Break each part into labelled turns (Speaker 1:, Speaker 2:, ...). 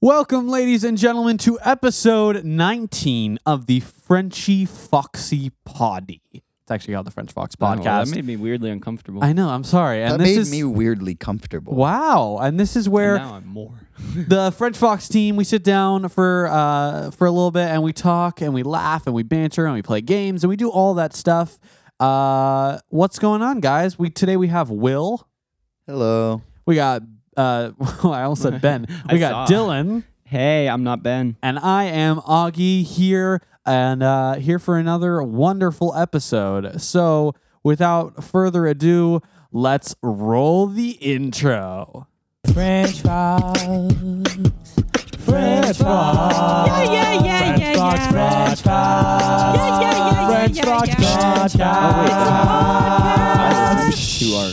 Speaker 1: Welcome, ladies and gentlemen, to episode 19 of the Frenchy Foxy Poddy. It's actually called the French Fox
Speaker 2: Wow,
Speaker 1: Podcast.
Speaker 2: that made me weirdly uncomfortable.
Speaker 1: I know, I'm sorry. And
Speaker 3: That
Speaker 1: this
Speaker 3: made
Speaker 1: is
Speaker 3: me weirdly comfortable.
Speaker 1: Wow. And this is
Speaker 2: And
Speaker 1: where
Speaker 2: now I'm more.
Speaker 1: the French Fox team we sit down for uh, for a little bit and we talk and we laugh and we banter and we play games and we do all that stuff. Uh, what's going on, guys? We today we have Will.
Speaker 3: Hello.
Speaker 1: We got uh, well, I almost said Ben.
Speaker 2: I
Speaker 1: We got
Speaker 2: saw.
Speaker 1: Dylan.
Speaker 2: hey, I'm not Ben.
Speaker 1: and I am Augie here and uh, here for another wonderful episode. So, without further ado, let's roll the intro.
Speaker 4: French fries. French fries. Yeah, yeah, yeah, yeah, yeah. French fries. Yeah, yeah, yeah, French yeah, fries.
Speaker 2: Oh, I
Speaker 4: Podcast.
Speaker 2: listened to our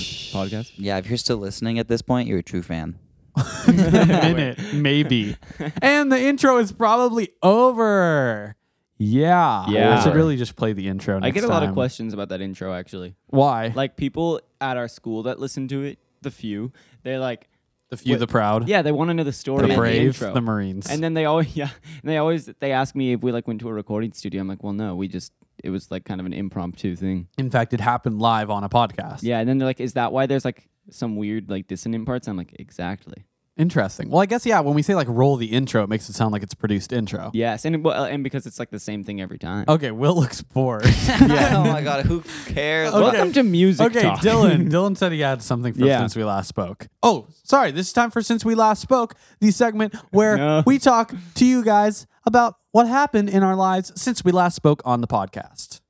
Speaker 2: podcast.
Speaker 3: Yeah, if you're still listening at this point, you're a true fan.
Speaker 1: Minute, maybe. And the intro is probably over. Yeah.
Speaker 2: Yeah.
Speaker 1: We should really just play the intro. Next
Speaker 2: I get a lot of
Speaker 1: time.
Speaker 2: questions about that intro, actually.
Speaker 1: Why?
Speaker 2: Like people at our school that listen to it, the few, they like,
Speaker 1: the few,
Speaker 2: what-
Speaker 1: the proud,
Speaker 2: yeah, they want to know the story,
Speaker 1: the
Speaker 2: of the
Speaker 1: brave,
Speaker 2: intro.
Speaker 1: the Marines.
Speaker 2: and then they always, yeah, and they always they ask me if we like went to a recording studio. I'm like, well, no, we just it was like kind of an impromptu thing.
Speaker 1: In fact, it happened live on a podcast.
Speaker 2: Yeah, and then they're like, is that why there's like some weird like dissonant parts? I'm like, exactly.
Speaker 1: Interesting. Well, I guess, yeah, when we say like roll the intro, it makes it sound like it's produced intro.
Speaker 2: Yes, and it- well, and because it's like the same thing every time.
Speaker 1: Okay, Will looks bored.
Speaker 3: oh my god, who cares?
Speaker 1: Okay.
Speaker 2: Welcome to music.
Speaker 1: Okay,
Speaker 2: Talk.
Speaker 1: Dylan. Dylan said he had something for
Speaker 2: Yeah.
Speaker 1: since we last spoke. Oh, sorry. This is time for since we last spoke, the segment where
Speaker 2: No.
Speaker 1: we talk to you guys about what happened in our lives since we last spoke on the podcast.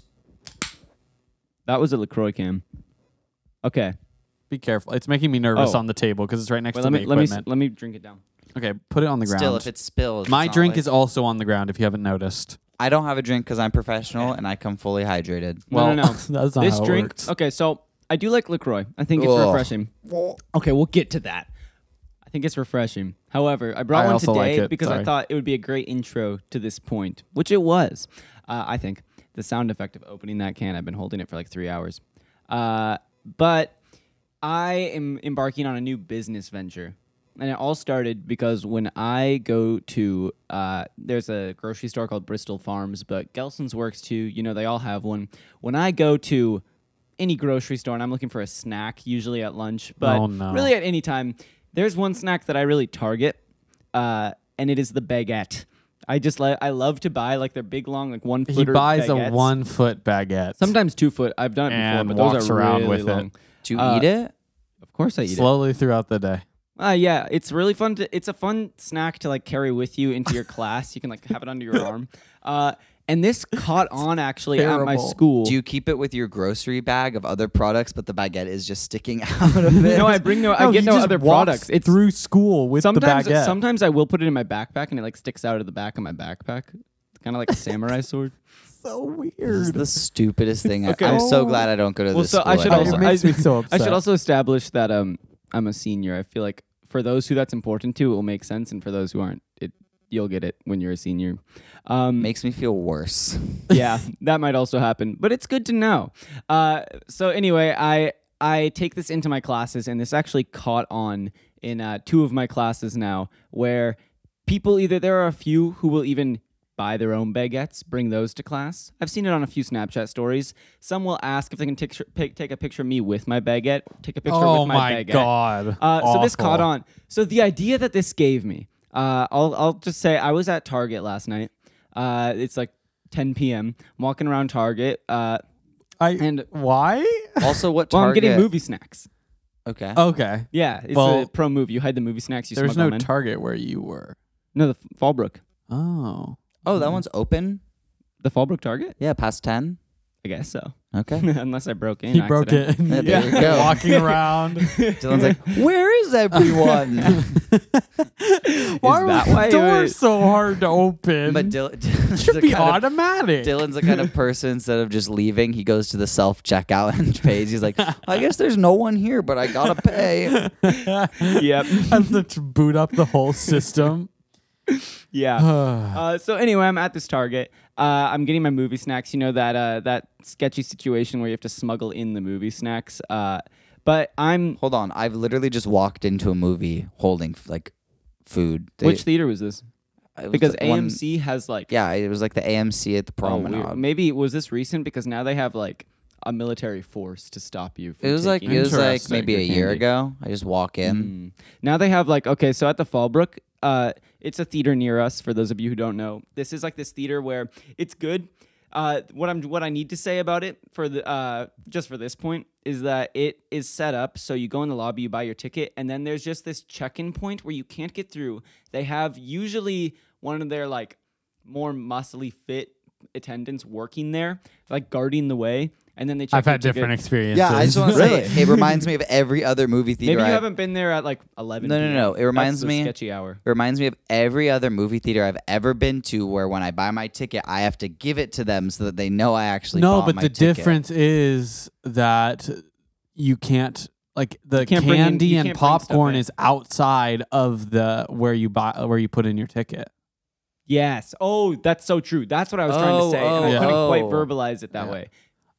Speaker 2: That was a LaCroix cam. Okay.
Speaker 1: Be careful. It's making me nervous
Speaker 2: Oh.
Speaker 1: on the table because it's right next
Speaker 2: Wait,
Speaker 1: to
Speaker 2: let me
Speaker 1: the
Speaker 2: let me s-
Speaker 1: equipment.
Speaker 2: let me drink it down.
Speaker 1: okay, put it on the ground.
Speaker 3: Still, if it spills,
Speaker 1: My
Speaker 3: it's not
Speaker 1: drink
Speaker 3: like-
Speaker 1: is also on the ground. If you haven't noticed,
Speaker 3: I don't have a drink because I'm professional and I come fully hydrated.
Speaker 2: No, no, no.
Speaker 1: that's not
Speaker 2: this
Speaker 1: how it
Speaker 2: drink.
Speaker 1: works.
Speaker 2: Okay, so I do like LaCroix. I think it's
Speaker 3: Ugh.
Speaker 2: refreshing. Okay, we'll get to that. I think it's refreshing. However, I brought
Speaker 1: I
Speaker 2: one
Speaker 1: also like
Speaker 2: today
Speaker 1: it,
Speaker 2: because
Speaker 1: sorry.
Speaker 2: I thought it would be a great intro to this point, which it was. Uh, I think the sound effect of opening that can, I've been holding it for like three hours. Uh, but I am embarking on a new business venture. And it all started because when I go to, uh, there's a grocery store called Bristol Farms, but Gelson's Works too. You know, they all have one. When I go to any grocery store and I'm looking for a snack, usually at lunch, but
Speaker 1: Oh, no.
Speaker 2: really at any time, there's one snack that I really target, uh, and it is the baguette. I just like I love to buy like their big long like one foot.
Speaker 1: He buys a one-foot baguette.
Speaker 2: sometimes two foot. I've done it
Speaker 1: And
Speaker 2: before, but
Speaker 1: walks
Speaker 2: those are
Speaker 1: around
Speaker 2: really
Speaker 1: with it.
Speaker 2: long.
Speaker 3: Do you
Speaker 2: Uh,
Speaker 3: eat it?
Speaker 2: Of course, I eat it.
Speaker 1: slowly throughout the day.
Speaker 2: Uh, yeah, it's really fun. To, it's a fun snack to like carry with you into your class. You can like have it under your arm. Uh, and this caught on actually at my
Speaker 1: terrible.
Speaker 2: school.
Speaker 3: Do you keep it with your grocery bag of other products, but the baguette is just sticking out of it?
Speaker 2: no, I bring no. I get
Speaker 1: he
Speaker 2: no
Speaker 1: just
Speaker 2: other
Speaker 1: walks
Speaker 2: products. It's
Speaker 1: through school with
Speaker 2: sometimes
Speaker 1: the baguette.
Speaker 2: sometimes I will put it in my backpack and it like sticks out of the back of my backpack. Kind of like a samurai sword.
Speaker 1: so
Speaker 3: This is
Speaker 1: weird.
Speaker 3: the stupidest thing. I-
Speaker 2: Okay.
Speaker 3: I'm so
Speaker 1: Oh.
Speaker 3: glad I don't go to
Speaker 2: Well,
Speaker 3: this
Speaker 2: so
Speaker 3: school.
Speaker 2: I should
Speaker 1: It
Speaker 2: also-
Speaker 3: anymore.
Speaker 1: makes me so upset.
Speaker 2: I should also establish that um I'm a senior. I feel like for those who that's important to, it will make sense, and for those who aren't, it you'll get it when you're a senior. Um,
Speaker 3: makes me feel worse.
Speaker 2: yeah, that might also happen, but it's good to know. Uh, so anyway, I I take this into my classes, and this actually caught on in uh, two of my classes now, where people either there are a few who will even buy their own baguettes, bring those to class. I've seen it on a few Snapchat stories. Some will ask if they can take pic, take a picture of me with my baguette, take a picture
Speaker 1: oh
Speaker 2: with my,
Speaker 1: my,
Speaker 2: baguette.
Speaker 1: god!
Speaker 2: Uh, so this
Speaker 1: Awful.
Speaker 2: caught on. So the idea that this gave me, uh, I'll I'll just say I was at Target last night. Uh, it's like 10 p.m. I'm walking around Target. Uh,
Speaker 1: I,
Speaker 2: and-
Speaker 1: why?
Speaker 3: Also, what
Speaker 2: well, I'm
Speaker 3: Target?
Speaker 2: getting movie snacks.
Speaker 3: Okay.
Speaker 1: Okay,
Speaker 2: Yeah, it's
Speaker 1: Well,
Speaker 2: a pro move. You hide the movie snacks. You
Speaker 1: there's
Speaker 2: smuggle
Speaker 1: no
Speaker 2: them in.
Speaker 1: Target where you were.
Speaker 2: no, the F- Fallbrook,
Speaker 1: Oh,
Speaker 3: Oh, that one's open.
Speaker 2: the Fallbrook Target.
Speaker 3: Yeah, past ten.
Speaker 2: I guess so,
Speaker 3: Okay.
Speaker 2: unless I broke in.
Speaker 1: he broke it.
Speaker 3: Yeah, there you go.
Speaker 1: walking around.
Speaker 3: Dylan's like, where is everyone?
Speaker 1: why
Speaker 2: Is that
Speaker 1: was the
Speaker 2: why it
Speaker 1: door
Speaker 2: was-
Speaker 1: so hard to open?
Speaker 3: But Dylan, Dylan's
Speaker 1: should
Speaker 3: the
Speaker 1: be
Speaker 3: kind of-
Speaker 1: automatic.
Speaker 3: Dylan's the kind of person instead of just leaving, he goes to the self checkout page. He's like, I guess there's no one here, but I gotta pay.
Speaker 2: yep.
Speaker 1: has to t- boot up the whole system.
Speaker 2: Yeah.
Speaker 1: Ugh.
Speaker 2: Uh, so anyway, I'm at this Target. Uh, I'm getting my movie snacks. You know that uh, that sketchy situation where you have to smuggle in the movie snacks. Uh, but I'm
Speaker 3: Hold on, I've literally just walked into a movie holding like food. They-
Speaker 2: Which theater was this?
Speaker 3: it was
Speaker 2: Because
Speaker 3: the one-
Speaker 2: AMC has like
Speaker 3: yeah, it was like the AMC at the
Speaker 2: Oh, weird.
Speaker 3: promenade.
Speaker 2: Maybe was this recent because now they have like a military force to stop you. From
Speaker 3: it was like
Speaker 2: taking
Speaker 3: it was like
Speaker 1: Interesting.
Speaker 3: maybe a year
Speaker 2: Candy.
Speaker 3: ago. I just walk in.
Speaker 2: Mm. Now they have like okay, so at the Fallbrook, uh, it's a theater near us. For those of you who don't know, this is like this theater where it's good. Uh, what I'm what I need to say about it for the uh, just for this point is that it is set up so you go in the lobby, you buy your ticket, and then there's just this check-in point where you can't get through. They have usually one of their like more muscly fit attendants working there, like guarding the way, and then they. Check
Speaker 1: I've
Speaker 2: your
Speaker 1: had
Speaker 2: ticket.
Speaker 1: different experiences.
Speaker 3: Yeah, I just want to
Speaker 2: Really?
Speaker 3: say it reminds me of every other movie theater.
Speaker 2: Hmm. Maybe
Speaker 3: I've-
Speaker 2: you haven't been there at like 11.
Speaker 3: No, no,
Speaker 2: p.m.
Speaker 3: no. It
Speaker 2: That's
Speaker 3: reminds
Speaker 2: the
Speaker 3: me-
Speaker 2: sketchy hour.
Speaker 3: It reminds me of every other movie theater I've ever been to, where when I buy my ticket, I have to give it to them so that they know I actually.
Speaker 1: no,
Speaker 3: bought
Speaker 1: but
Speaker 3: my
Speaker 1: the
Speaker 3: ticket.
Speaker 1: difference is that you can't like the
Speaker 2: can't bring in-
Speaker 1: candy
Speaker 2: you
Speaker 1: and
Speaker 2: can't bring stuff
Speaker 1: popcorn
Speaker 2: in.
Speaker 1: is outside of the where you buy where you put in your ticket.
Speaker 2: Yes. Oh, that's so true. That's what I was trying to
Speaker 3: Oh,
Speaker 2: say. and I
Speaker 1: oh,
Speaker 2: couldn't quite
Speaker 3: oh.
Speaker 2: verbalize it that
Speaker 3: Yeah.
Speaker 2: way.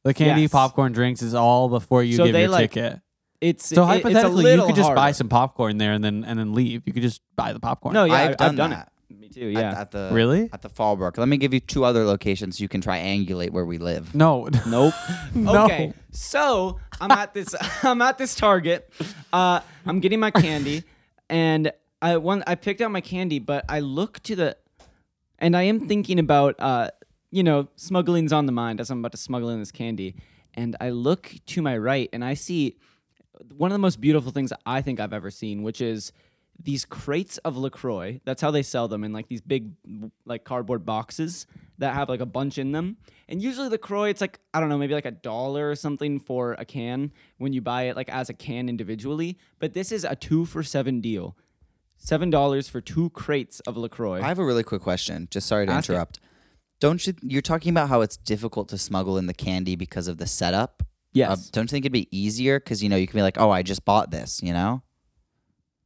Speaker 1: The candy,
Speaker 2: Yes.
Speaker 1: popcorn, drinks is all before you
Speaker 2: So
Speaker 1: give
Speaker 2: they,
Speaker 1: your
Speaker 2: like,
Speaker 1: ticket.
Speaker 2: It's
Speaker 1: So
Speaker 2: it- it's a
Speaker 1: hypothetically, you
Speaker 2: little
Speaker 1: could just buy
Speaker 2: harder.
Speaker 1: some popcorn there and then and then leave. You could just buy the popcorn.
Speaker 2: No, Oh, yeah,
Speaker 3: I've
Speaker 2: I've,
Speaker 3: done
Speaker 2: I've done
Speaker 3: that.
Speaker 2: it. Me too.
Speaker 3: At-
Speaker 2: Yeah.
Speaker 3: At, the
Speaker 1: Really?
Speaker 3: at the Fallbrook. Let me give you two other locations you can triangulate where we live.
Speaker 1: no,
Speaker 2: Nope.
Speaker 1: No.
Speaker 2: Okay. So I'm at this. I'm at this Target. Uh, I'm getting my candy, and I one I picked out my candy, but I look to the, and I am thinking about uh, you know, smuggling's on the mind as I'm about to smuggle in this candy, and I look to my right and I see one of the most beautiful things I think I've ever seen, which is these crates of LaCroix. That's how they sell them in like these big like cardboard boxes that have like a bunch in them. And usually LaCroix, it's like, I don't know, maybe like a dollar or something for a can when you buy it like as a can individually. But this is a two for seven deal. Seven dollars for two crates of LaCroix.
Speaker 3: I have a really quick question. Just sorry to
Speaker 2: Ask it.
Speaker 3: interrupt. Don't you? You're talking about how it's difficult to smuggle in the candy because of the setup.
Speaker 2: yes.
Speaker 3: Uh, don't you think it'd be easier? Because you know you can be like, oh, I just bought this. You know.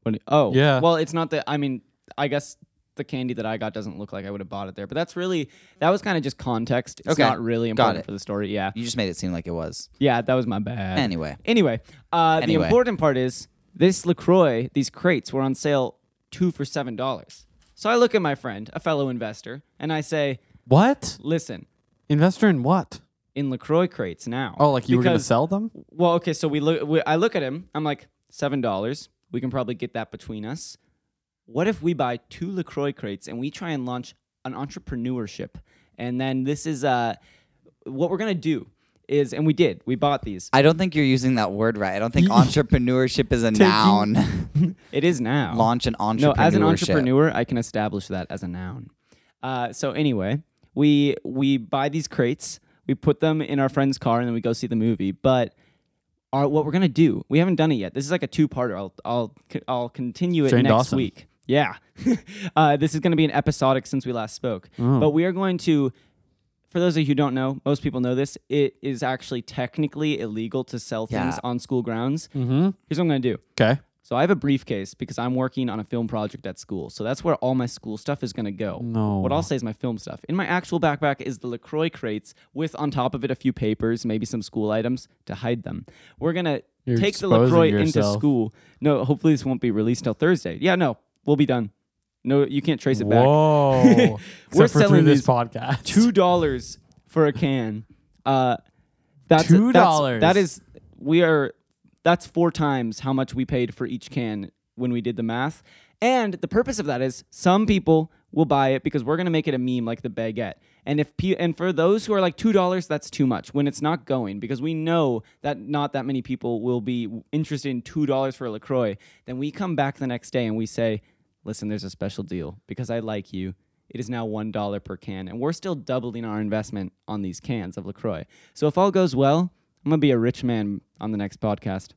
Speaker 2: What do you- oh,
Speaker 1: Yeah.
Speaker 2: Well, it's not that. I mean, I guess the candy that I got doesn't look like I would have bought it there, but that's really that was kind of just context. It's
Speaker 3: Okay.
Speaker 2: not really
Speaker 3: Got
Speaker 2: important
Speaker 3: it.
Speaker 2: for the story. Yeah,
Speaker 3: You just made it seem like it was.
Speaker 2: yeah, that was my bad.
Speaker 3: Anyway.
Speaker 2: anyway, uh,
Speaker 3: Anyway.
Speaker 2: the important part is this Lacroix. These crates were on sale two for seven dollars. So I look at my friend, a fellow investor, and I say,
Speaker 1: what
Speaker 2: "Listen,
Speaker 1: investor in what?
Speaker 2: in Lacroix crates now."
Speaker 1: Oh, like you were gonna
Speaker 2: Because-
Speaker 1: sell them?
Speaker 2: Well, okay, so we look. We, I look at him. I'm like seven dollars. We can probably get that between us. What if we buy two Lacroix crates and we try and launch an entrepreneurship? And then this is uh, what we're gonna do is, and we did. We bought these.
Speaker 3: I don't think you're using that word right. I don't think entrepreneurship is a noun.
Speaker 2: It is now.
Speaker 3: Launch an entrepreneurship.
Speaker 2: No, as an entrepreneur, I can establish that as a noun. Uh, so anyway, we we buy these crates, we put them in our friend's car, and then we go see the movie. But our, what we're gonna do? We haven't done it yet. This is like a two-parter. I'll I'll I'll continue it
Speaker 1: Jane
Speaker 2: next
Speaker 1: Dawson.
Speaker 2: week. Yeah, uh, this is gonna be an episodic since we last spoke. But we are going to. For those of you who don't know, most people know this. It is actually technically illegal to sell things
Speaker 3: Yeah.
Speaker 2: on school grounds.
Speaker 1: Mm-hmm.
Speaker 2: Here's what I'm gonna do.
Speaker 1: Okay.
Speaker 2: So I have a briefcase because I'm working on a film project at school. So that's where all my school stuff is going to go.
Speaker 1: No.
Speaker 2: What I'll say is my film stuff. In my actual backpack is the LaCroix crates with on top of it a few papers, maybe some school items to hide them. We're going to
Speaker 1: You're
Speaker 2: take the
Speaker 1: exposing
Speaker 2: LaCroix into
Speaker 1: yourself.
Speaker 2: school. No, hopefully this won't be released till Thursday. Yeah, no. We'll be done. No, you can't trace it back.
Speaker 1: Whoa.
Speaker 2: We're
Speaker 1: Except for through
Speaker 2: selling
Speaker 1: this
Speaker 2: these
Speaker 1: podcast.
Speaker 2: two dollars for a can. Uh, that's
Speaker 1: Two
Speaker 2: that's-
Speaker 1: dollars.
Speaker 2: That is we are. That's four times how much we paid for each can when we did the math. And the purpose of that is some people will buy it because we're gonna make it a meme like the baguette. And if pe- and for those who are like two dollars, that's too much when it's not going because we know that not that many people will be interested in two dollars for a Lacroix. Then we come back the next day and we say, "Listen, there's a special deal because I like you." It is now one dollar per can, and we're still doubling our investment on these cans of Lacroix. So if all goes well, I'm gonna be a rich man on the next podcast,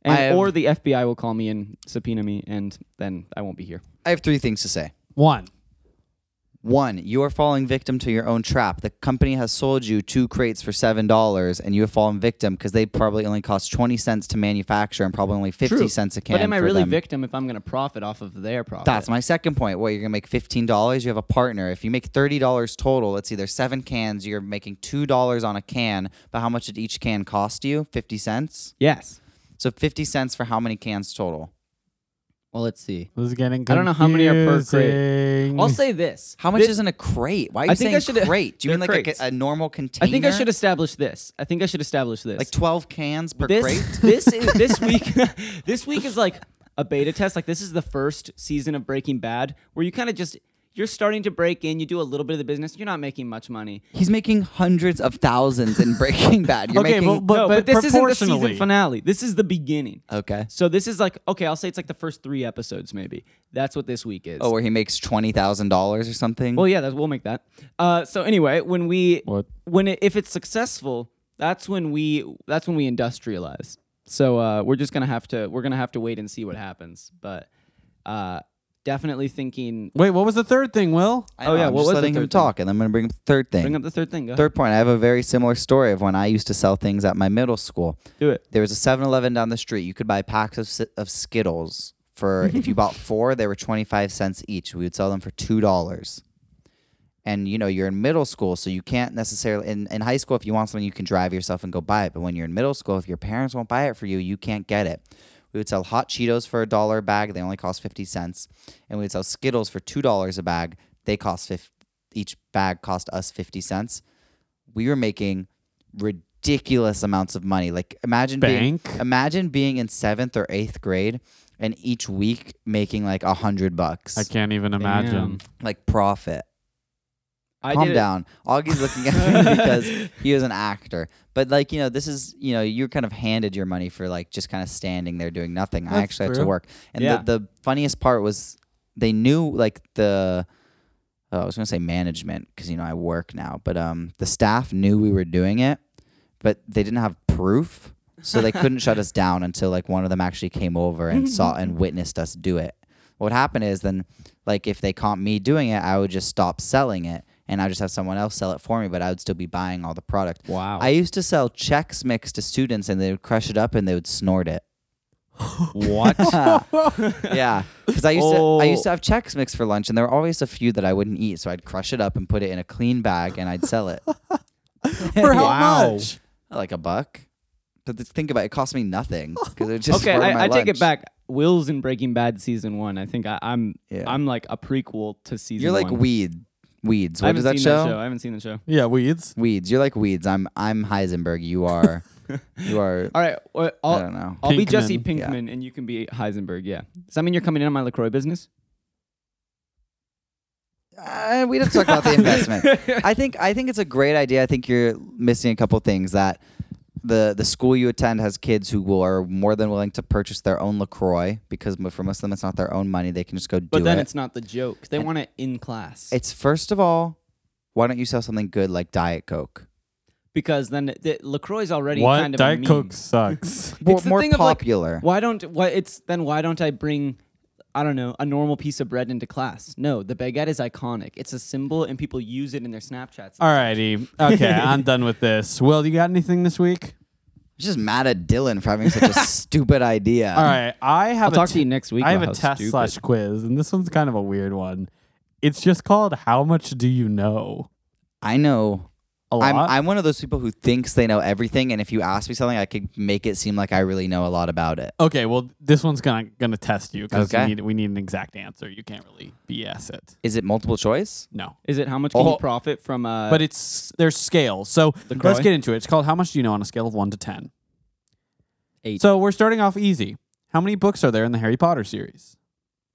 Speaker 2: and
Speaker 3: I have-
Speaker 2: or the FBI will call me and subpoena me, and then I won't be here.
Speaker 3: I have three things to say.
Speaker 1: One.
Speaker 3: One, you are falling victim to your own trap. The company has sold you two crates for seven dollars, and you have fallen victim because they probably only cost twenty cents to manufacture and probably only fifty cents a can.
Speaker 2: But am I
Speaker 3: for
Speaker 2: really
Speaker 3: them.
Speaker 2: victim if I'm gonna profit off of their profit?
Speaker 3: That's my second point. What you're gonna make fifteen dollars? You have a partner. If you make thirty dollars total, it's either seven cans. You're making two dollars on a can. But how much did each can cost you? Fifty cents.
Speaker 2: yes.
Speaker 3: So fifty cents for how many cans total?
Speaker 2: Well, let's see.
Speaker 1: This is getting
Speaker 2: I don't know how many are per crate.
Speaker 1: confusing.
Speaker 2: I'll say this.
Speaker 3: How much
Speaker 2: Thi-
Speaker 3: is in a crate? Why are you
Speaker 2: I think I
Speaker 3: saying
Speaker 2: should-
Speaker 3: crate? Do you
Speaker 2: They're
Speaker 3: mean like a,
Speaker 2: crates.
Speaker 3: a normal container?
Speaker 2: I think I should establish this. I think I should establish this.
Speaker 3: like twelve cans per
Speaker 2: this,
Speaker 3: crate.
Speaker 2: This is this week. this week is like a beta test. Like this is the first season of Breaking Bad, where you kind of just you're starting to break in. You do a little bit of the business. You're not making much money.
Speaker 3: He's making hundreds of thousands in Breaking Bad. You're
Speaker 1: Okay,
Speaker 3: making,
Speaker 1: But-
Speaker 2: no,
Speaker 1: but
Speaker 2: but, this isn't the season
Speaker 1: proportionally.
Speaker 2: finale. This is the beginning.
Speaker 3: okay.
Speaker 2: So this is like okay. I'll say it's like the first three episodes, maybe. That's what this week is.
Speaker 3: Oh, where he makes twenty thousand dollars or something.
Speaker 2: Well, yeah, that's, we'll make that. Uh, so anyway, when we
Speaker 1: What?
Speaker 2: when it, if it's successful, that's when we that's when we industrialize. So uh, we're just gonna have to we're gonna have to wait and see what happens. But uh, definitely thinking.
Speaker 1: Wait, what was the third thing, Will?
Speaker 3: I know,
Speaker 2: oh, yeah,
Speaker 3: I'm
Speaker 2: what was
Speaker 3: just
Speaker 2: the
Speaker 3: letting him
Speaker 2: third thing?
Speaker 3: talk, and I'm gonna bring up the third thing.
Speaker 2: Bring up the third thing. Go
Speaker 3: Third point, I have a very similar story of when I used to sell things at my middle school.
Speaker 2: do it.
Speaker 3: There was a 7 Eleven down the street. You could buy packs of, si- of Skittles for, if you bought four, they were 25 cents each. We would sell them for $2. And, you know, you're in middle school, so you can't necessarily, in, in high school, if you want something, you can drive yourself and go buy it. But when you're in middle school, if your parents won't buy it for you, you can't get it. We would sell hot Cheetos for a dollar a bag. They only cost 50 cents. And we would sell Skittles for $2 a bag. They cost fif- each bag cost us 50 cents we were making ridiculous amounts of money. Like imagine
Speaker 1: Bank?
Speaker 3: being imagine being in seventh or eighth grade and each week making like a hundred bucks.
Speaker 1: I can't even
Speaker 2: Damn.
Speaker 1: imagine.
Speaker 3: Like profit.
Speaker 2: I
Speaker 3: Calm
Speaker 2: did it.
Speaker 3: down. Augie's looking at me because he is an actor. But like, you know, this is you know, you're kind of handed your money for like just kind of standing there doing nothing. I
Speaker 1: That's
Speaker 3: actually had to
Speaker 1: true.
Speaker 3: work. And
Speaker 2: Yeah.
Speaker 3: the, the funniest part was they knew like the oh, I was gonna say management because you know I work now, but um, the staff knew we were doing it, but they didn't have proof, so they couldn't shut us down until like one of them actually came over and saw and witnessed us do it. What happened is then, like if they caught me doing it, I would just stop selling it and I would just have someone else sell it for me, but I would still be buying all the product.
Speaker 2: Wow.
Speaker 3: I used to sell Chex Mix to students and they would crush it up and they would snort it.
Speaker 2: what?
Speaker 3: Yeah, because I used to I
Speaker 2: Oh.
Speaker 3: used to have Chex Mix for lunch, and there were always a few that I wouldn't eat, so I'd crush it up and put it in a clean bag, and I'd sell it
Speaker 1: For how
Speaker 2: Wow.
Speaker 1: much?
Speaker 3: like a buck. But th- think about it, it cost me nothing because it just
Speaker 2: okay,
Speaker 3: ruined
Speaker 2: I,
Speaker 3: my
Speaker 2: I take
Speaker 3: lunch.
Speaker 2: it back. Will's in Breaking Bad season one. I think I, I'm
Speaker 3: Yeah.
Speaker 2: I'm like a prequel to season.
Speaker 3: You're like
Speaker 2: one.
Speaker 3: weed weeds.
Speaker 2: I
Speaker 3: What
Speaker 2: haven't
Speaker 3: is that
Speaker 2: seen
Speaker 3: show?
Speaker 2: that show. I haven't seen the show.
Speaker 1: Yeah, weeds.
Speaker 3: Weeds. You're like weeds. I'm I'm Heisenberg. You are you are.
Speaker 2: All right. Well, I'll,
Speaker 3: I don't know.
Speaker 2: I'll be Jesse
Speaker 1: Pinkman.
Speaker 3: Yeah.
Speaker 2: Pinkman and you can be Heisenberg. Yeah. Does that mean you're coming in on my LaCroix business?
Speaker 3: Uh, we didn't talk about the investment. I think I think it's a great idea. I think you're missing a couple things that the the school you attend has kids who will are more than willing to purchase their own Lacroix because mo- for most of them it's not their own money. They can just go do
Speaker 2: But then
Speaker 3: it.
Speaker 2: it's not the joke. They want it in class.
Speaker 3: It's first of all, why don't you sell something good like Diet Coke?
Speaker 2: because then the, the LaCroix's already
Speaker 1: What?
Speaker 2: kind of a
Speaker 1: Diet
Speaker 2: meme.
Speaker 1: Coke sucks.
Speaker 3: More-
Speaker 2: It's the
Speaker 3: more
Speaker 2: thing of, like,
Speaker 3: popular.
Speaker 2: Why don't why it's then why don't I bring I don't know, a normal piece of bread into class. No, the baguette is iconic. It's a symbol and people use it in their Snapchats.
Speaker 1: Alrighty. Okay, I'm done with this. Will, you got anything this week?
Speaker 3: I'm just mad at Dylan for having such a stupid idea.
Speaker 1: All right, I have.
Speaker 2: Um, I'll talk
Speaker 1: a
Speaker 2: to you next week
Speaker 1: I have a
Speaker 2: about how
Speaker 1: test
Speaker 2: stupid.
Speaker 1: slash quiz, and this one's kind of a weird one. It's just called "How much do you know?"
Speaker 3: I know.
Speaker 1: A lot.
Speaker 3: I'm, I'm one of those people who thinks they know everything, and if you ask me something, I could make it seem like I really know a lot about it.
Speaker 1: okay, well, this one's gonna gonna test you because
Speaker 3: Okay.
Speaker 1: we need we need an exact answer. You can't really BS it.
Speaker 3: Is it multiple choice?
Speaker 1: No,
Speaker 2: Is it how much can
Speaker 3: Oh.
Speaker 2: you profit from uh
Speaker 1: but it's there's scales. So let's
Speaker 2: Croy?
Speaker 1: get into it. It's called "How much do you know?" on a scale of one to ten.
Speaker 2: Eight.
Speaker 1: So we're starting off easy. How many books are there in the Harry Potter series?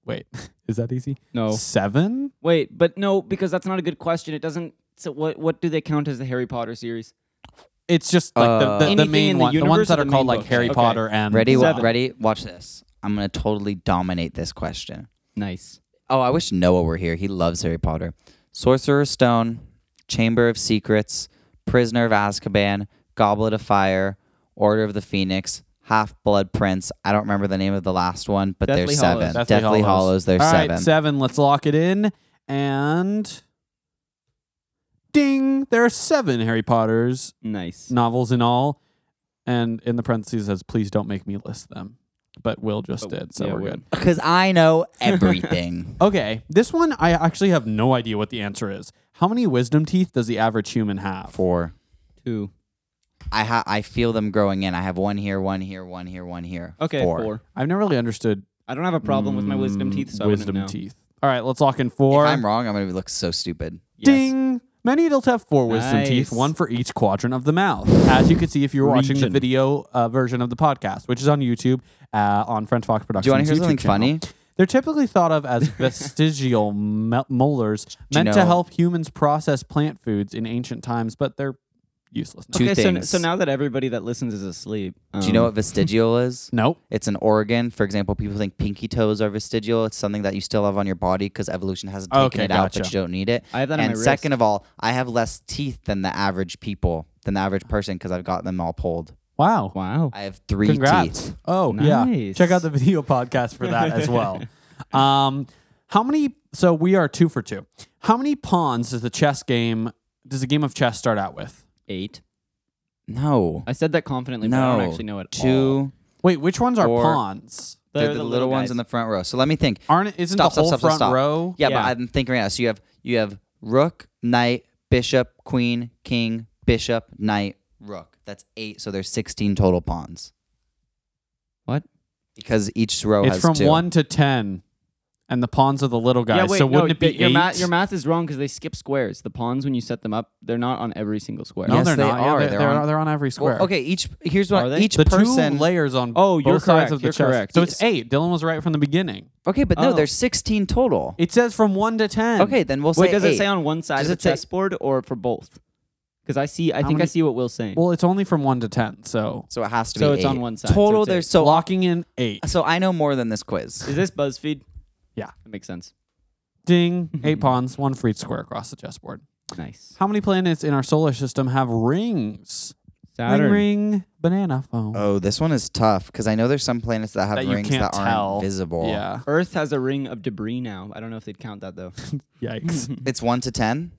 Speaker 1: Wait, is that easy?
Speaker 2: no.
Speaker 1: Seven.
Speaker 2: Wait, but no, because that's not a good question. It doesn't so what what do they count as the Harry Potter series?
Speaker 1: It's just like
Speaker 3: Uh,
Speaker 1: the, the, the
Speaker 2: Anything in
Speaker 1: main
Speaker 2: the
Speaker 1: one, the ones
Speaker 2: universe
Speaker 1: that
Speaker 2: or
Speaker 1: are
Speaker 2: the
Speaker 1: called
Speaker 2: main
Speaker 1: like
Speaker 2: books?
Speaker 1: Harry
Speaker 2: Okay.
Speaker 1: Potter and
Speaker 3: Ready? Wa-
Speaker 2: Seven.
Speaker 3: ready? Watch this. I'm gonna totally dominate this question.
Speaker 2: Nice.
Speaker 3: Oh, I wish Noah were here. He loves Harry Potter. Sorcerer's Stone, Chamber of Secrets, Prisoner of Azkaban, Goblet of Fire, Order of the Phoenix, Half Blood Prince. I don't remember the name of the last one, but
Speaker 2: Deathly
Speaker 3: there's
Speaker 2: Hollows.
Speaker 3: seven. Deathly Hollows. There's
Speaker 1: All right,
Speaker 3: seven.
Speaker 1: seven. Let's lock it in. And ding, there are seven Harry Potter's
Speaker 2: Nice.
Speaker 1: novels in all. And in the parentheses it says, please don't make me list them. But Will just
Speaker 2: Oh,
Speaker 1: did, so
Speaker 2: yeah,
Speaker 1: we're
Speaker 2: Will.
Speaker 1: good.
Speaker 3: Because I know everything.
Speaker 1: Okay, this one I actually have no idea what the answer is. How many wisdom teeth does the average human have?
Speaker 3: Four.
Speaker 2: Two.
Speaker 3: I ha- I feel them growing in. I have one here, one here, one here, one here.
Speaker 2: Okay, four.
Speaker 1: I've never really understood
Speaker 2: I don't have a problem with my wisdom
Speaker 3: Mm,
Speaker 2: teeth, so
Speaker 1: wisdom
Speaker 2: I wouldn't know.
Speaker 1: teeth. All right, let's lock in four.
Speaker 3: if I'm wrong, I'm gonna look so stupid.
Speaker 2: Yes.
Speaker 1: Ding. Many adults have four wisdom teeth,
Speaker 2: Nice.
Speaker 1: one for each quadrant of the mouth. As you can see, if you're watching the
Speaker 2: Region.
Speaker 1: video uh, version of the podcast, which is on YouTube uh, on French Fox Productions.
Speaker 3: Do you want to hear
Speaker 1: YouTube
Speaker 3: something
Speaker 1: channel.
Speaker 3: funny?
Speaker 1: They're typically thought of as vestigial mo- molars
Speaker 3: you
Speaker 1: meant to
Speaker 3: know-
Speaker 1: help humans process plant foods in ancient times, but they're useless. Now.
Speaker 3: Two
Speaker 2: okay, so, n-
Speaker 3: things.
Speaker 2: so now that everybody that listens is asleep,
Speaker 3: Do you know
Speaker 2: um,
Speaker 3: what vestigial is?
Speaker 1: Nope.
Speaker 3: It's an organ. For example, people think pinky toes are vestigial. It's something that you still have on your body because evolution hasn't taken
Speaker 1: Okay,
Speaker 3: it out,
Speaker 1: gotcha.
Speaker 3: but you don't need it.
Speaker 2: I have that on
Speaker 3: and
Speaker 2: my
Speaker 3: second of all, I have less teeth than the average people, than the average person, because I've got them all pulled.
Speaker 1: Wow.
Speaker 2: Wow.
Speaker 3: I have three
Speaker 1: Congrats.
Speaker 3: teeth.
Speaker 1: Oh, yeah.
Speaker 2: Nice.
Speaker 1: Check out the video podcast for that as well. Um, how many? So we are two for two. How many pawns does the chess game? Does the game of chess start out with?
Speaker 2: Eight.
Speaker 3: No,
Speaker 2: I said that confidently, but I
Speaker 3: no,
Speaker 2: don't actually know it. all.
Speaker 3: two.
Speaker 1: Wait, which ones are
Speaker 3: Or-
Speaker 1: pawns?
Speaker 3: They're the, little ones
Speaker 2: guys.
Speaker 3: in the front row. So let me think.
Speaker 1: Aren't isn't
Speaker 3: Stop,
Speaker 1: the
Speaker 3: stop,
Speaker 1: whole
Speaker 3: stop, stop,
Speaker 1: front
Speaker 3: stop.
Speaker 1: row?
Speaker 3: Yeah, but
Speaker 2: Yeah.
Speaker 3: I'm thinking right now. So you have you have rook, knight, bishop, queen, king, bishop, knight, rook. That's eight. So there's sixteen total pawns.
Speaker 2: What?
Speaker 3: Because each row
Speaker 1: it's
Speaker 3: has
Speaker 1: from
Speaker 3: two.
Speaker 1: one to ten, and the pawns are the little guys.
Speaker 2: Yeah, wait,
Speaker 1: so
Speaker 2: no,
Speaker 1: wouldn't
Speaker 2: th-
Speaker 1: it be
Speaker 2: your
Speaker 1: eight?
Speaker 2: math? Your math is wrong because they skip squares. The pawns when you set them up, they're not on every single square.
Speaker 1: no,
Speaker 3: Yes,
Speaker 1: they're
Speaker 3: they
Speaker 1: not. Yeah,
Speaker 3: are.
Speaker 1: they're,
Speaker 3: They're
Speaker 1: they're
Speaker 3: on-
Speaker 1: on, they're on every square.
Speaker 3: Well, okay, each here's
Speaker 2: Are
Speaker 3: what
Speaker 2: they?
Speaker 3: each
Speaker 1: The
Speaker 3: person.
Speaker 1: two layers on
Speaker 2: Oh, you're
Speaker 1: both sides
Speaker 2: correct,
Speaker 1: of the
Speaker 2: you're
Speaker 1: chess.
Speaker 2: correct.
Speaker 1: So it's eight. Dylan was right from the beginning.
Speaker 3: okay, but no,
Speaker 2: Oh.
Speaker 3: there's sixteen total.
Speaker 1: It says from one to ten.
Speaker 3: Okay, then we'll
Speaker 2: Wait,
Speaker 3: say
Speaker 2: does
Speaker 3: eight.
Speaker 2: it say on one side
Speaker 3: Does
Speaker 2: of the
Speaker 3: it say-
Speaker 2: chessboard or for both? Because I see, I
Speaker 1: How
Speaker 2: think I
Speaker 1: many-
Speaker 2: see what Will's saying.
Speaker 1: Well, it's only from one to ten, so
Speaker 3: so it has to be.
Speaker 2: So it's on
Speaker 3: eight.
Speaker 2: one side, so
Speaker 3: Total.
Speaker 2: it's
Speaker 3: there's
Speaker 2: eight.
Speaker 3: so uh,
Speaker 1: locking in eight.
Speaker 3: so I know more than this quiz.
Speaker 2: is this BuzzFeed?
Speaker 1: Yeah.
Speaker 2: that makes sense.
Speaker 1: Ding.
Speaker 3: Mm-hmm.
Speaker 1: Eight pawns, one for each square across the chessboard.
Speaker 2: Nice.
Speaker 1: How many planets in our solar system have rings?
Speaker 2: Saturn.
Speaker 1: Ring, ring, banana phone.
Speaker 3: Oh, this one is tough because I know there's some planets that have
Speaker 1: that you
Speaker 3: rings
Speaker 1: can't
Speaker 3: that aren't
Speaker 1: tell.
Speaker 3: visible.
Speaker 1: Yeah.
Speaker 2: Earth has a ring of debris now. I don't know if they'd count that though.
Speaker 1: Yikes.
Speaker 3: It's one to ten,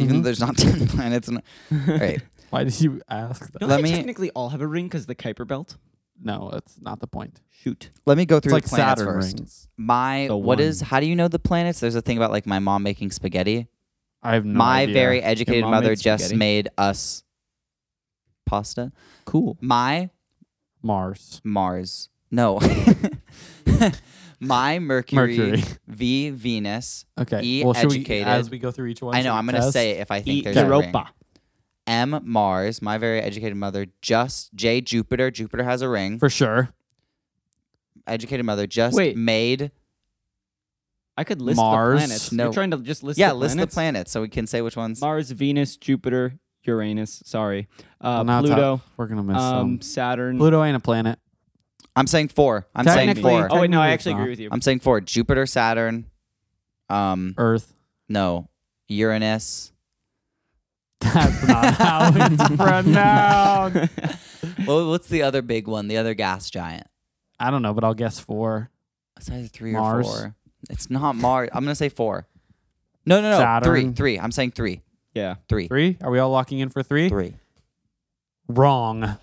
Speaker 1: Mm-hmm.
Speaker 3: even though there's not ten planets. In... All right.
Speaker 1: Why did you ask that?
Speaker 2: Don't
Speaker 3: Let
Speaker 2: they
Speaker 3: me-
Speaker 2: technically all have a ring because the Kuiper Belt?
Speaker 1: No, that's not the point.
Speaker 2: Shoot.
Speaker 3: Let me go through
Speaker 1: It's like
Speaker 3: the planets
Speaker 1: Saturn
Speaker 3: first.
Speaker 1: rings.
Speaker 3: My
Speaker 2: So
Speaker 3: what
Speaker 2: one.
Speaker 3: is? How do you know the planets? There's a thing about like my mom making spaghetti.
Speaker 1: I have no
Speaker 3: my
Speaker 1: idea.
Speaker 3: very educated
Speaker 2: mom
Speaker 3: mother
Speaker 2: made
Speaker 3: just
Speaker 2: spaghetti?
Speaker 3: made us pasta.
Speaker 2: Cool.
Speaker 3: My
Speaker 1: Mars.
Speaker 3: Mars. No. my Mercury,
Speaker 1: Mercury.
Speaker 3: V Venus.
Speaker 1: Okay.
Speaker 3: E
Speaker 1: well, should
Speaker 3: educated.
Speaker 1: we as we go through each one?
Speaker 3: I know
Speaker 1: should we
Speaker 3: I'm gonna
Speaker 1: test?
Speaker 3: say it if I think
Speaker 2: E-
Speaker 3: there's a ring.
Speaker 2: Europa.
Speaker 3: M Mars. My very educated mother just J Jupiter. Jupiter has a ring.
Speaker 1: for sure.
Speaker 3: educated mother just
Speaker 2: Wait.
Speaker 3: made.
Speaker 2: I could list
Speaker 1: Mars.
Speaker 2: the planets.
Speaker 3: No.
Speaker 2: You're trying to just list
Speaker 3: yeah,
Speaker 2: the
Speaker 3: list
Speaker 2: planets?
Speaker 3: the planets so we can say which ones.
Speaker 2: Mars, Venus, Jupiter, Uranus. Sorry,
Speaker 1: Well,
Speaker 2: uh,
Speaker 1: now it's out.
Speaker 2: Pluto,
Speaker 1: We're gonna miss
Speaker 2: um,
Speaker 1: um,
Speaker 2: Saturn.
Speaker 1: Pluto ain't a planet.
Speaker 3: I'm saying four. I'm saying
Speaker 1: Technically-
Speaker 3: four.
Speaker 2: Oh wait, no, I
Speaker 1: Technically
Speaker 2: actually
Speaker 1: it's
Speaker 2: agree
Speaker 1: not.
Speaker 2: with you.
Speaker 3: I'm saying four. Jupiter, Saturn. Um,
Speaker 1: Earth.
Speaker 3: no, Uranus.
Speaker 1: That's not how it's pronounced.
Speaker 3: well, what's the other big one? The other gas giant.
Speaker 1: I don't know, but I'll guess four.
Speaker 3: It's either three
Speaker 1: Mars.
Speaker 3: or four. It's not Mars. I'm gonna say four. No, no, no. Three,
Speaker 1: Saturn.
Speaker 3: three. I'm saying three,
Speaker 2: yeah.
Speaker 3: three, three.
Speaker 1: Three? Are we all locking in for three? Wrong.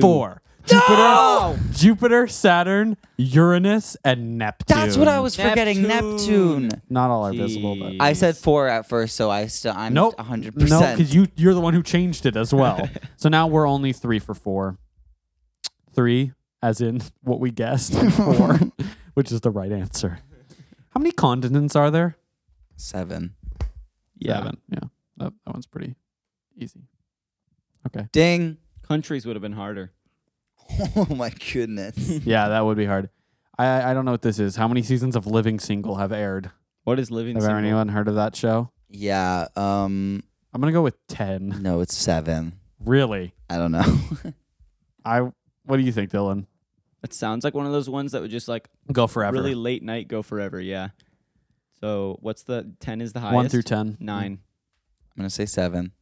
Speaker 1: Four.
Speaker 3: No!
Speaker 1: Jupiter, Jupiter, Saturn, Uranus, and Neptune.
Speaker 3: That's what I was forgetting.
Speaker 2: Neptune.
Speaker 3: Neptune.
Speaker 1: Not all are visible, but
Speaker 2: Jeez.
Speaker 3: I said four at first, so I still I'm
Speaker 1: nope.
Speaker 3: 100.
Speaker 1: No,
Speaker 3: percent
Speaker 1: because you you're the one who changed it as well. so now we're only three for four. Three, as in what we guessed, and four, which is the right answer. How many continents are there?
Speaker 3: Seven.
Speaker 2: Yeah.
Speaker 1: Seven. Yeah. That, that one's pretty easy.
Speaker 3: Ding.
Speaker 2: Countries would have been harder.
Speaker 3: Oh my goodness.
Speaker 1: Yeah, that would be hard. I I don't know what this is. How many seasons of Living Single have aired?
Speaker 2: What is living?
Speaker 1: Have
Speaker 2: symbol?
Speaker 1: anyone heard of that show?
Speaker 3: yeah. Um.
Speaker 1: I'm gonna go with ten.
Speaker 3: No, it's seven.
Speaker 1: Really?
Speaker 3: I don't know.
Speaker 1: I. What do you think, Dylan?
Speaker 2: That sounds like one of those ones that would just like
Speaker 1: Go forever.
Speaker 2: really late night go forever. Yeah. So what's the ten is the highest?
Speaker 1: One through ten.
Speaker 2: Nine.
Speaker 3: I'm gonna say seven.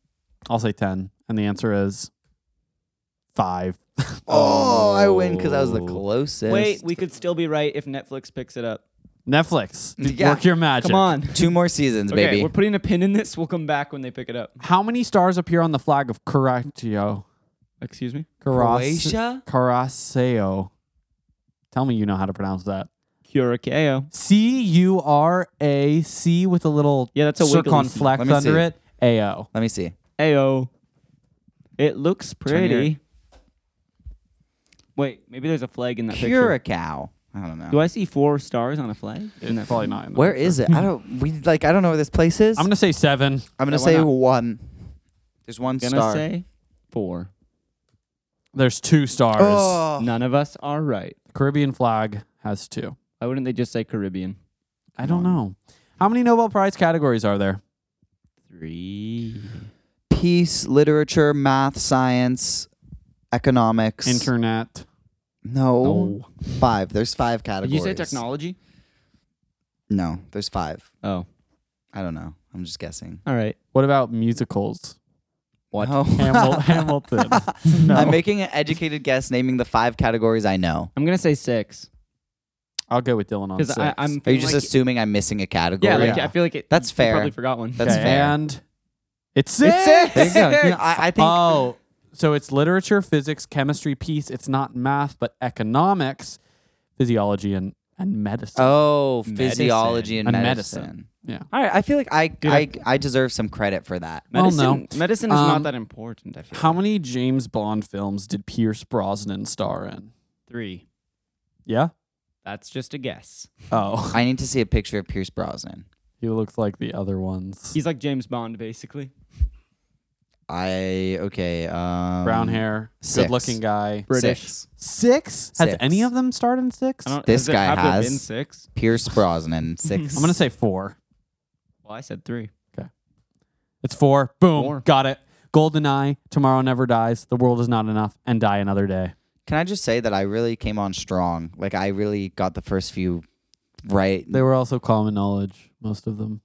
Speaker 1: I'll say ten, and the answer is five.
Speaker 3: Oh, I win because I was the
Speaker 2: Oh.
Speaker 3: closest.
Speaker 2: Wait, we could still be right if Netflix picks it up.
Speaker 1: Netflix. d-
Speaker 3: Yeah.
Speaker 1: Work your magic.
Speaker 2: Come on.
Speaker 3: two more seasons,
Speaker 2: Okay,
Speaker 3: baby.
Speaker 2: we're putting a pin in this. We'll come back when they pick it up.
Speaker 1: How many stars appear on the flag of Coraccio?
Speaker 2: Excuse me.
Speaker 1: Caras- Caraceo. Tell me you know how to pronounce that.
Speaker 2: Curacao.
Speaker 1: C U R A C with a little
Speaker 2: Yeah, that's a wiggly C.
Speaker 1: circumflex
Speaker 3: Let me
Speaker 1: under
Speaker 3: see.
Speaker 1: it. A O.
Speaker 3: Let me see.
Speaker 2: Ayo. It looks
Speaker 3: Turn your-
Speaker 2: pretty. Wait, maybe there's a flag in that picture.
Speaker 3: Curacao. I don't know.
Speaker 2: Do I see four stars on a flag? Isn't that
Speaker 1: It's probably not. in the
Speaker 3: Where
Speaker 1: picture.
Speaker 3: is it? I don't. We like. I don't know where this place is.
Speaker 1: I'm
Speaker 3: I'm
Speaker 1: gonna say seven.
Speaker 3: gonna,
Speaker 2: Yeah, why
Speaker 3: say
Speaker 2: not?
Speaker 3: one. There's one
Speaker 2: gonna
Speaker 3: star.
Speaker 2: say four?
Speaker 1: There's two stars.
Speaker 3: oh,
Speaker 2: None of us are right.
Speaker 1: Caribbean flag has two.
Speaker 2: Why wouldn't they just say Caribbean?
Speaker 1: I don't know. How many Nobel Prize categories are there?
Speaker 2: Three.
Speaker 3: peace, literature, math, science, economics.
Speaker 1: Internet.
Speaker 3: no, five. There's five
Speaker 2: Did
Speaker 3: categories.
Speaker 2: you say technology?
Speaker 3: No, there's five.
Speaker 2: Oh,
Speaker 3: I don't know. I'm just guessing.
Speaker 2: all right.
Speaker 1: What about musicals?
Speaker 2: What?
Speaker 3: No.
Speaker 1: Hamil- Hamilton. No.
Speaker 3: I'm making an educated guess, naming the five categories I know.
Speaker 2: I'm gonna say six
Speaker 1: I'll go with Dylan on
Speaker 2: because
Speaker 1: six.
Speaker 2: I'm.
Speaker 3: Are you
Speaker 2: feeling
Speaker 3: just
Speaker 2: like,
Speaker 3: assuming I'm missing a category?
Speaker 2: yeah, like,
Speaker 1: Yeah.
Speaker 2: I feel like it.
Speaker 3: That's
Speaker 2: you
Speaker 3: fair.
Speaker 2: Probably forgot one.
Speaker 3: That's
Speaker 1: Okay,
Speaker 3: fair.
Speaker 1: And it's six.
Speaker 3: There you go. You know, I, I think.
Speaker 1: Oh, so it's literature, physics, chemistry, peace. It's not math, but economics, physiology, and and medicine.
Speaker 3: oh, physiology and,
Speaker 1: And
Speaker 3: medicine.
Speaker 1: medicine. Yeah.
Speaker 3: All right, I feel like I,
Speaker 2: I-
Speaker 3: I I deserve some credit for that.
Speaker 1: Well,
Speaker 2: medicine,
Speaker 1: no.
Speaker 2: medicine is not
Speaker 1: Um,
Speaker 2: that important. I feel.
Speaker 1: How
Speaker 2: like.
Speaker 1: many James Bond films did Pierce Brosnan star in?
Speaker 2: Three.
Speaker 1: Yeah.
Speaker 2: That's just a guess.
Speaker 1: Oh,
Speaker 3: I need to see a picture of Pierce Brosnan.
Speaker 1: he looks like the other ones.
Speaker 2: He's like James Bond, basically.
Speaker 3: I okay. Um,
Speaker 1: Brown hair,
Speaker 3: six.
Speaker 1: good-looking guy.
Speaker 2: British.
Speaker 3: six.
Speaker 1: Six? Has
Speaker 3: Six.
Speaker 1: any of them starred in six?
Speaker 2: I
Speaker 1: I'm
Speaker 2: don't,
Speaker 3: This
Speaker 2: has there-
Speaker 3: guy
Speaker 2: have there
Speaker 3: has.
Speaker 2: been six.
Speaker 3: Pierce Brosnan. 6
Speaker 1: gonna say four.
Speaker 2: Well, I said three.
Speaker 1: It's four. Boom.
Speaker 2: Four.
Speaker 1: Got it. Golden Eye. Tomorrow never dies. The world is not enough. And die another day.
Speaker 3: Can I just say that I really came on strong? Like I really got the first few right.
Speaker 1: They were also common knowledge. Most of them.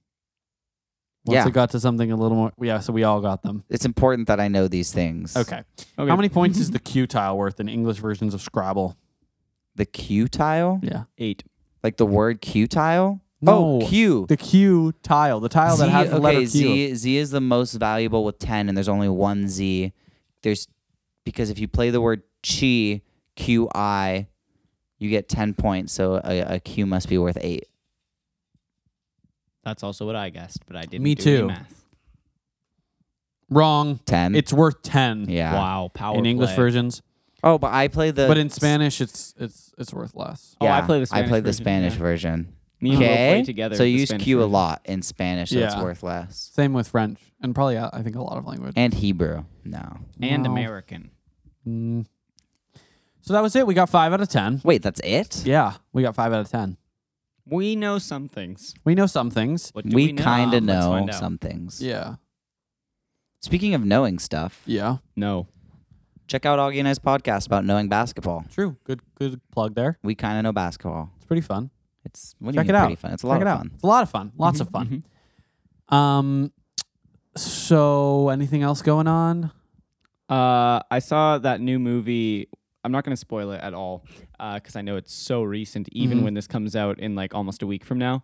Speaker 1: Once
Speaker 3: Yeah.
Speaker 1: it got to something a little more, yeah. So we all got them.
Speaker 3: It's important that I know these things.
Speaker 1: Okay.
Speaker 2: Okay.
Speaker 1: How many points is the Q tile worth in English versions of Scrabble?
Speaker 3: The Q tile,
Speaker 1: Yeah.
Speaker 2: Eight.
Speaker 3: like the word Q tile.
Speaker 1: No.
Speaker 3: Oh, Q.
Speaker 1: The Q tile, the tile that
Speaker 3: Z-
Speaker 1: has the
Speaker 3: okay,
Speaker 1: letter Q.
Speaker 3: Z, Z is the most valuable with 10, and there's only one Z. There's because if you play the word chi, QI, you get 10 points, so a, a Q must be worth 8.
Speaker 2: That's also what I guessed, but I didn't.
Speaker 1: Me
Speaker 2: do any
Speaker 1: too.
Speaker 2: math.
Speaker 1: Wrong.
Speaker 3: 10?
Speaker 1: It's worth ten.
Speaker 3: yeah.
Speaker 2: Wow. Power
Speaker 1: In English
Speaker 2: play.
Speaker 1: versions,
Speaker 3: Oh, but I play the.
Speaker 1: but in Spanish, it's it's it's worth less.
Speaker 2: Oh, I play the
Speaker 3: I
Speaker 2: Spanish
Speaker 3: play the
Speaker 2: version,
Speaker 3: Spanish
Speaker 2: yeah.
Speaker 3: version.
Speaker 2: Me and Will play together.
Speaker 3: So
Speaker 2: the
Speaker 3: you use
Speaker 2: Spanish
Speaker 3: Q
Speaker 2: version.
Speaker 3: a lot in Spanish, so it's
Speaker 1: Yeah.
Speaker 3: worth less.
Speaker 1: Same with French and probably uh, I think a lot of language.
Speaker 3: And Hebrew. No.
Speaker 2: and
Speaker 1: No.
Speaker 2: American.
Speaker 1: Mm. So that was it. We got five out of ten.
Speaker 3: Wait, that's it?
Speaker 1: Yeah, we got five out of ten.
Speaker 2: We know some things.
Speaker 1: We know some things.
Speaker 2: What do
Speaker 3: We,
Speaker 2: we,
Speaker 3: kind of
Speaker 2: Um, let's
Speaker 3: know
Speaker 2: find out.
Speaker 3: some things.
Speaker 1: Yeah,
Speaker 3: Speaking of knowing stuff,
Speaker 1: yeah,
Speaker 2: No.
Speaker 3: check out Augie and I's podcast about knowing basketball.
Speaker 1: true. Good, good plug there.
Speaker 3: We kind of know basketball.
Speaker 1: It's pretty fun.
Speaker 3: It's what
Speaker 1: Check
Speaker 3: do you mean
Speaker 1: it out.
Speaker 3: pretty fun. It's a lot
Speaker 1: Check
Speaker 3: of
Speaker 1: it out.
Speaker 3: fun.
Speaker 1: It's a lot of fun. Lots
Speaker 2: Mm-hmm.
Speaker 1: of fun. Um, so anything else going on?
Speaker 2: Uh, I saw that new movie. I'm not going to spoil it at all because I know it's so recent, even
Speaker 1: Mhm.
Speaker 2: when this comes out in like almost a week from now.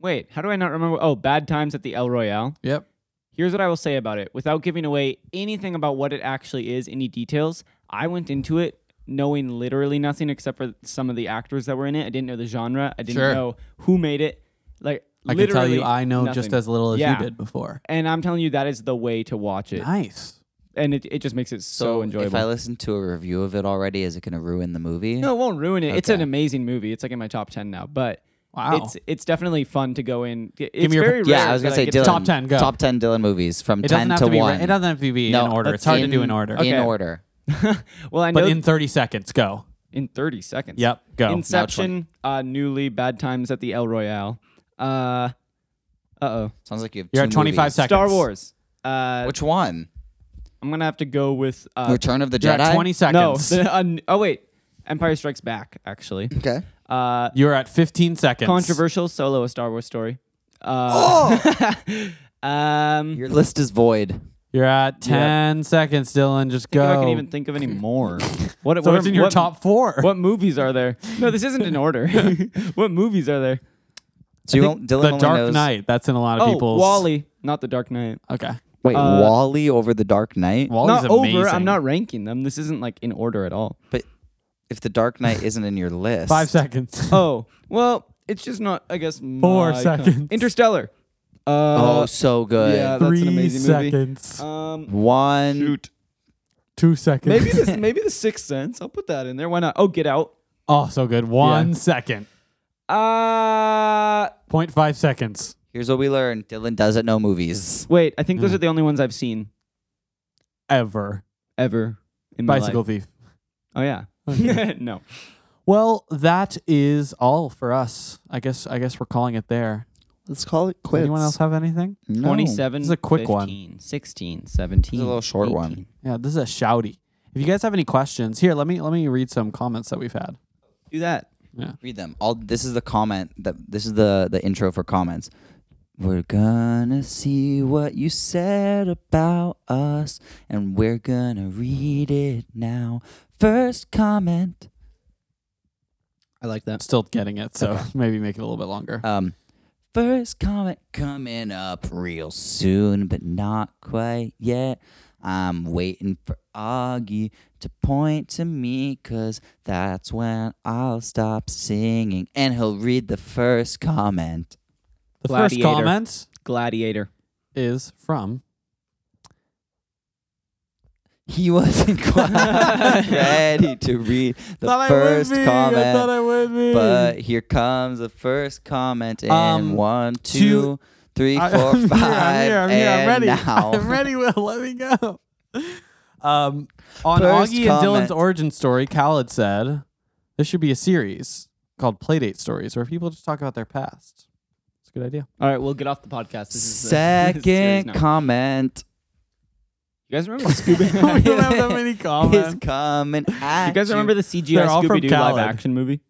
Speaker 2: Wait, how do I not remember? Oh, Bad Times at the El Royale.
Speaker 1: Yep.
Speaker 2: Here's what I will say about it without giving away anything about what it actually is, any details. I went into it knowing literally nothing except for some of the actors that were in it. I didn't know the genre, I didn't
Speaker 1: Sure.
Speaker 2: know who made it. Like,
Speaker 1: I can tell you,
Speaker 2: literally
Speaker 1: I know just
Speaker 2: nothing.
Speaker 1: as little as
Speaker 2: Yeah.
Speaker 1: you did before.
Speaker 2: And I'm telling you, that is the way to watch it.
Speaker 1: Nice.
Speaker 2: And it, it just makes it so, enjoyable.
Speaker 3: If I listen to a review of it already, is it going to ruin the movie?
Speaker 2: No, it won't ruin it. It's
Speaker 3: Okay.
Speaker 2: an amazing movie. It's like in my top ten now, but
Speaker 1: Wow.
Speaker 2: it's it's definitely fun to go in. It's
Speaker 1: me your-
Speaker 2: very rare.
Speaker 3: Yeah, I was
Speaker 2: that
Speaker 3: gonna say
Speaker 2: get-
Speaker 3: Dylan,
Speaker 1: Top 10, go.
Speaker 3: Top ten Dylan movies from
Speaker 1: it
Speaker 3: ten
Speaker 1: doesn't have
Speaker 3: to
Speaker 1: to be.
Speaker 3: one.
Speaker 1: It doesn't have to be
Speaker 3: no,
Speaker 1: in order.
Speaker 3: that's
Speaker 1: It's hard to do in order.
Speaker 3: In
Speaker 2: Okay.
Speaker 3: order.
Speaker 2: Well, I know
Speaker 1: But in 30 seconds, go.
Speaker 2: in thirty seconds.
Speaker 1: Yep. Go.
Speaker 2: Inception, uh, Newly, Bad Times at the El Royale, uh, uh oh,
Speaker 3: Sounds like you have.
Speaker 1: You're
Speaker 3: two
Speaker 1: at 25
Speaker 3: movies.
Speaker 1: seconds.
Speaker 2: Star Wars. Uh,
Speaker 3: Which one?
Speaker 2: I'm gonna have to go with uh,
Speaker 3: Return of the
Speaker 1: You're
Speaker 3: Jedi.
Speaker 1: at 20
Speaker 2: no.
Speaker 1: seconds.
Speaker 2: The, uh, n- oh wait, Empire Strikes Back. Actually,
Speaker 3: Okay.
Speaker 2: uh,
Speaker 1: You're at 15 seconds.
Speaker 2: controversial solo a Star Wars story. Uh, um,
Speaker 3: Your list is void.
Speaker 1: You're at 10 seconds, Dylan. Just
Speaker 2: I
Speaker 1: go.
Speaker 2: don't think I can even think of any more. What,
Speaker 1: so
Speaker 2: what
Speaker 1: it's
Speaker 2: are-
Speaker 1: in your
Speaker 2: what-
Speaker 1: top four.
Speaker 2: What movies are there? No, this isn't in order. what movies are there?
Speaker 3: So you won't. Dylan
Speaker 1: the
Speaker 3: only
Speaker 1: Dark
Speaker 3: knows-
Speaker 1: Knight. That's in a lot of
Speaker 2: Oh,
Speaker 1: people's.
Speaker 2: Wally, not The Dark Knight.
Speaker 1: Okay.
Speaker 3: Wait,
Speaker 2: Uh,
Speaker 3: Wally over the Dark Knight.
Speaker 1: Wally's
Speaker 2: not
Speaker 1: amazing.
Speaker 2: over. I'm not ranking them. This isn't like in order at all.
Speaker 3: But if the Dark Knight isn't in your list,
Speaker 1: Five seconds.
Speaker 2: Oh, well, it's just not. I guess
Speaker 1: Four
Speaker 2: my kind-
Speaker 1: seconds.
Speaker 2: Interstellar. Uh,
Speaker 3: Oh, so good.
Speaker 2: yeah, that's an
Speaker 1: Three
Speaker 2: amazing
Speaker 1: seconds.
Speaker 2: movie. Um,
Speaker 3: One.
Speaker 2: shoot.
Speaker 1: Two seconds.
Speaker 2: Maybe this. Maybe the Sixth Sense. I'll put that in there. Why not? Oh, Get Out.
Speaker 1: Oh, so good. One second.
Speaker 2: Uh,
Speaker 1: Point five 0.5 seconds.
Speaker 3: Here's what we learned: Dylan doesn't know movies.
Speaker 2: wait. I think
Speaker 1: Mm.
Speaker 2: those are the only ones I've seen
Speaker 1: Ever.
Speaker 2: ever in my
Speaker 1: Bicycle
Speaker 2: life.
Speaker 1: Thief.
Speaker 2: Oh yeah. no.
Speaker 1: Well, that is all for us. I guess I guess we're calling it there.
Speaker 3: Let's call it
Speaker 1: Does
Speaker 3: quits.
Speaker 1: Anyone else have anything?
Speaker 3: No.
Speaker 2: Twenty-seven.
Speaker 1: This is a quick one.
Speaker 2: 15, Sixteen. Seventeen.
Speaker 3: This is a little short one.
Speaker 2: 18.
Speaker 1: Yeah, this is a shouty. If you guys have any questions, here let me let me read some comments that we've had.
Speaker 2: Do that.
Speaker 3: Read them. All this is the comment that this is the the intro for comments. We're gonna see what you said about us, and we're gonna read it now. First comment.
Speaker 2: I like that.
Speaker 1: Still getting it, so maybe make it a little bit longer.
Speaker 3: Um, first comment coming up real soon, but not quite yet. I'm waiting for Augie to point to me, cause that's when I'll stop singing, and he'll read the first comment.
Speaker 1: the first
Speaker 2: Gladiator.
Speaker 1: comment
Speaker 2: Gladiator.
Speaker 1: is from
Speaker 3: He wasn't quite ready to read the first comment.
Speaker 1: would be.
Speaker 3: But here comes the first comment in
Speaker 1: Um,
Speaker 3: one,
Speaker 1: two-
Speaker 3: two, three,
Speaker 1: I-
Speaker 3: four,
Speaker 1: I'm here, I'm
Speaker 3: five,
Speaker 1: here, I'm here, I'm
Speaker 3: and
Speaker 1: ready.
Speaker 3: now.
Speaker 1: I'm ready, Will. Let me go. Um, on
Speaker 3: First
Speaker 1: Augie and Dylan's
Speaker 3: comment.
Speaker 1: origin story, Khaled said, there should be a series called Playdate Stories where people just talk about their past. It's a good idea.
Speaker 2: All right, we'll get off the podcast. This is the, this is serious
Speaker 3: Second
Speaker 2: now.
Speaker 3: comment
Speaker 2: you guys remember the Scooby?
Speaker 1: we
Speaker 3: Oh,
Speaker 1: don't have that many
Speaker 3: is
Speaker 1: comments.
Speaker 3: coming at
Speaker 2: you guys remember the CGI
Speaker 1: They're all from
Speaker 2: Scooby Doo live
Speaker 1: Khaled.
Speaker 2: action movie?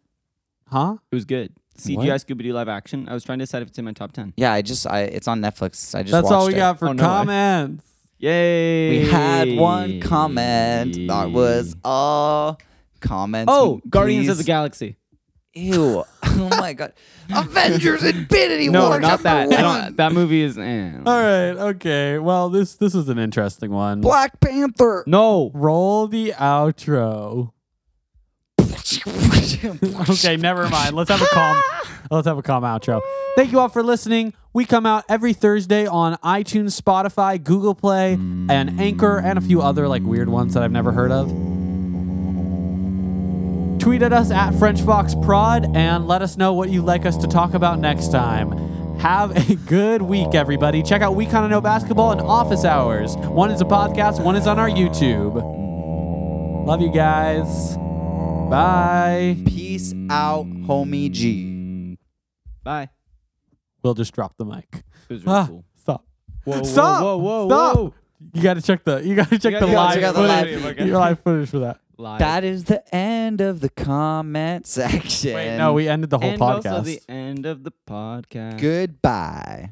Speaker 1: Huh?
Speaker 2: It was good. CGI
Speaker 3: What?
Speaker 2: Scooby Doo live action. I was trying to decide if it's in my top ten.
Speaker 3: Yeah, I just I it's on Netflix. I just
Speaker 1: That's all
Speaker 3: watched
Speaker 1: we
Speaker 3: it.
Speaker 1: got for
Speaker 2: Oh, no way.
Speaker 1: comments.
Speaker 2: Yay!
Speaker 3: We had one comment that was all comments.
Speaker 2: Oh, Guardians of the
Speaker 3: Please-
Speaker 2: Galaxy.
Speaker 3: Ew! Oh my god! Avengers Infinity
Speaker 2: No,
Speaker 3: War.
Speaker 2: not that.
Speaker 3: number
Speaker 2: I
Speaker 3: One.
Speaker 2: don't, that movie is. Eh.
Speaker 1: All right. Okay. Well, this this is an interesting one.
Speaker 3: Black Panther.
Speaker 2: No.
Speaker 1: Roll the outro.
Speaker 2: Mm.
Speaker 1: okay, never mind. Let's have a calm. let's have a calm outro. Thank you all for listening. We come out every Thursday on iTunes, Spotify, Google Play, and Anchor, and a few other like weird ones that I've never heard of. Tweet at us at French Fox Prod and let us know what you'd like us to talk about next time. Have a good week, everybody. Check out We Kinda Know Basketball and Office Hours. One is a podcast, one is on our YouTube. Love you guys. Bye.
Speaker 3: Peace out, homie G.
Speaker 2: Mm. Bye.
Speaker 1: We'll just drop the mic.
Speaker 2: It was really
Speaker 1: Ah,
Speaker 2: cool.
Speaker 1: stop.
Speaker 2: Whoa,
Speaker 1: stop. stop. You gotta check the you gotta check
Speaker 2: You
Speaker 1: the
Speaker 2: gotta
Speaker 1: live
Speaker 3: check out the live
Speaker 1: footage.
Speaker 2: video.
Speaker 1: Your live footage for that.
Speaker 2: Live.
Speaker 3: That is the end of the comment section.
Speaker 1: Wait, no, we ended the whole
Speaker 2: and
Speaker 1: podcast.
Speaker 2: also the end of the podcast.
Speaker 3: Goodbye.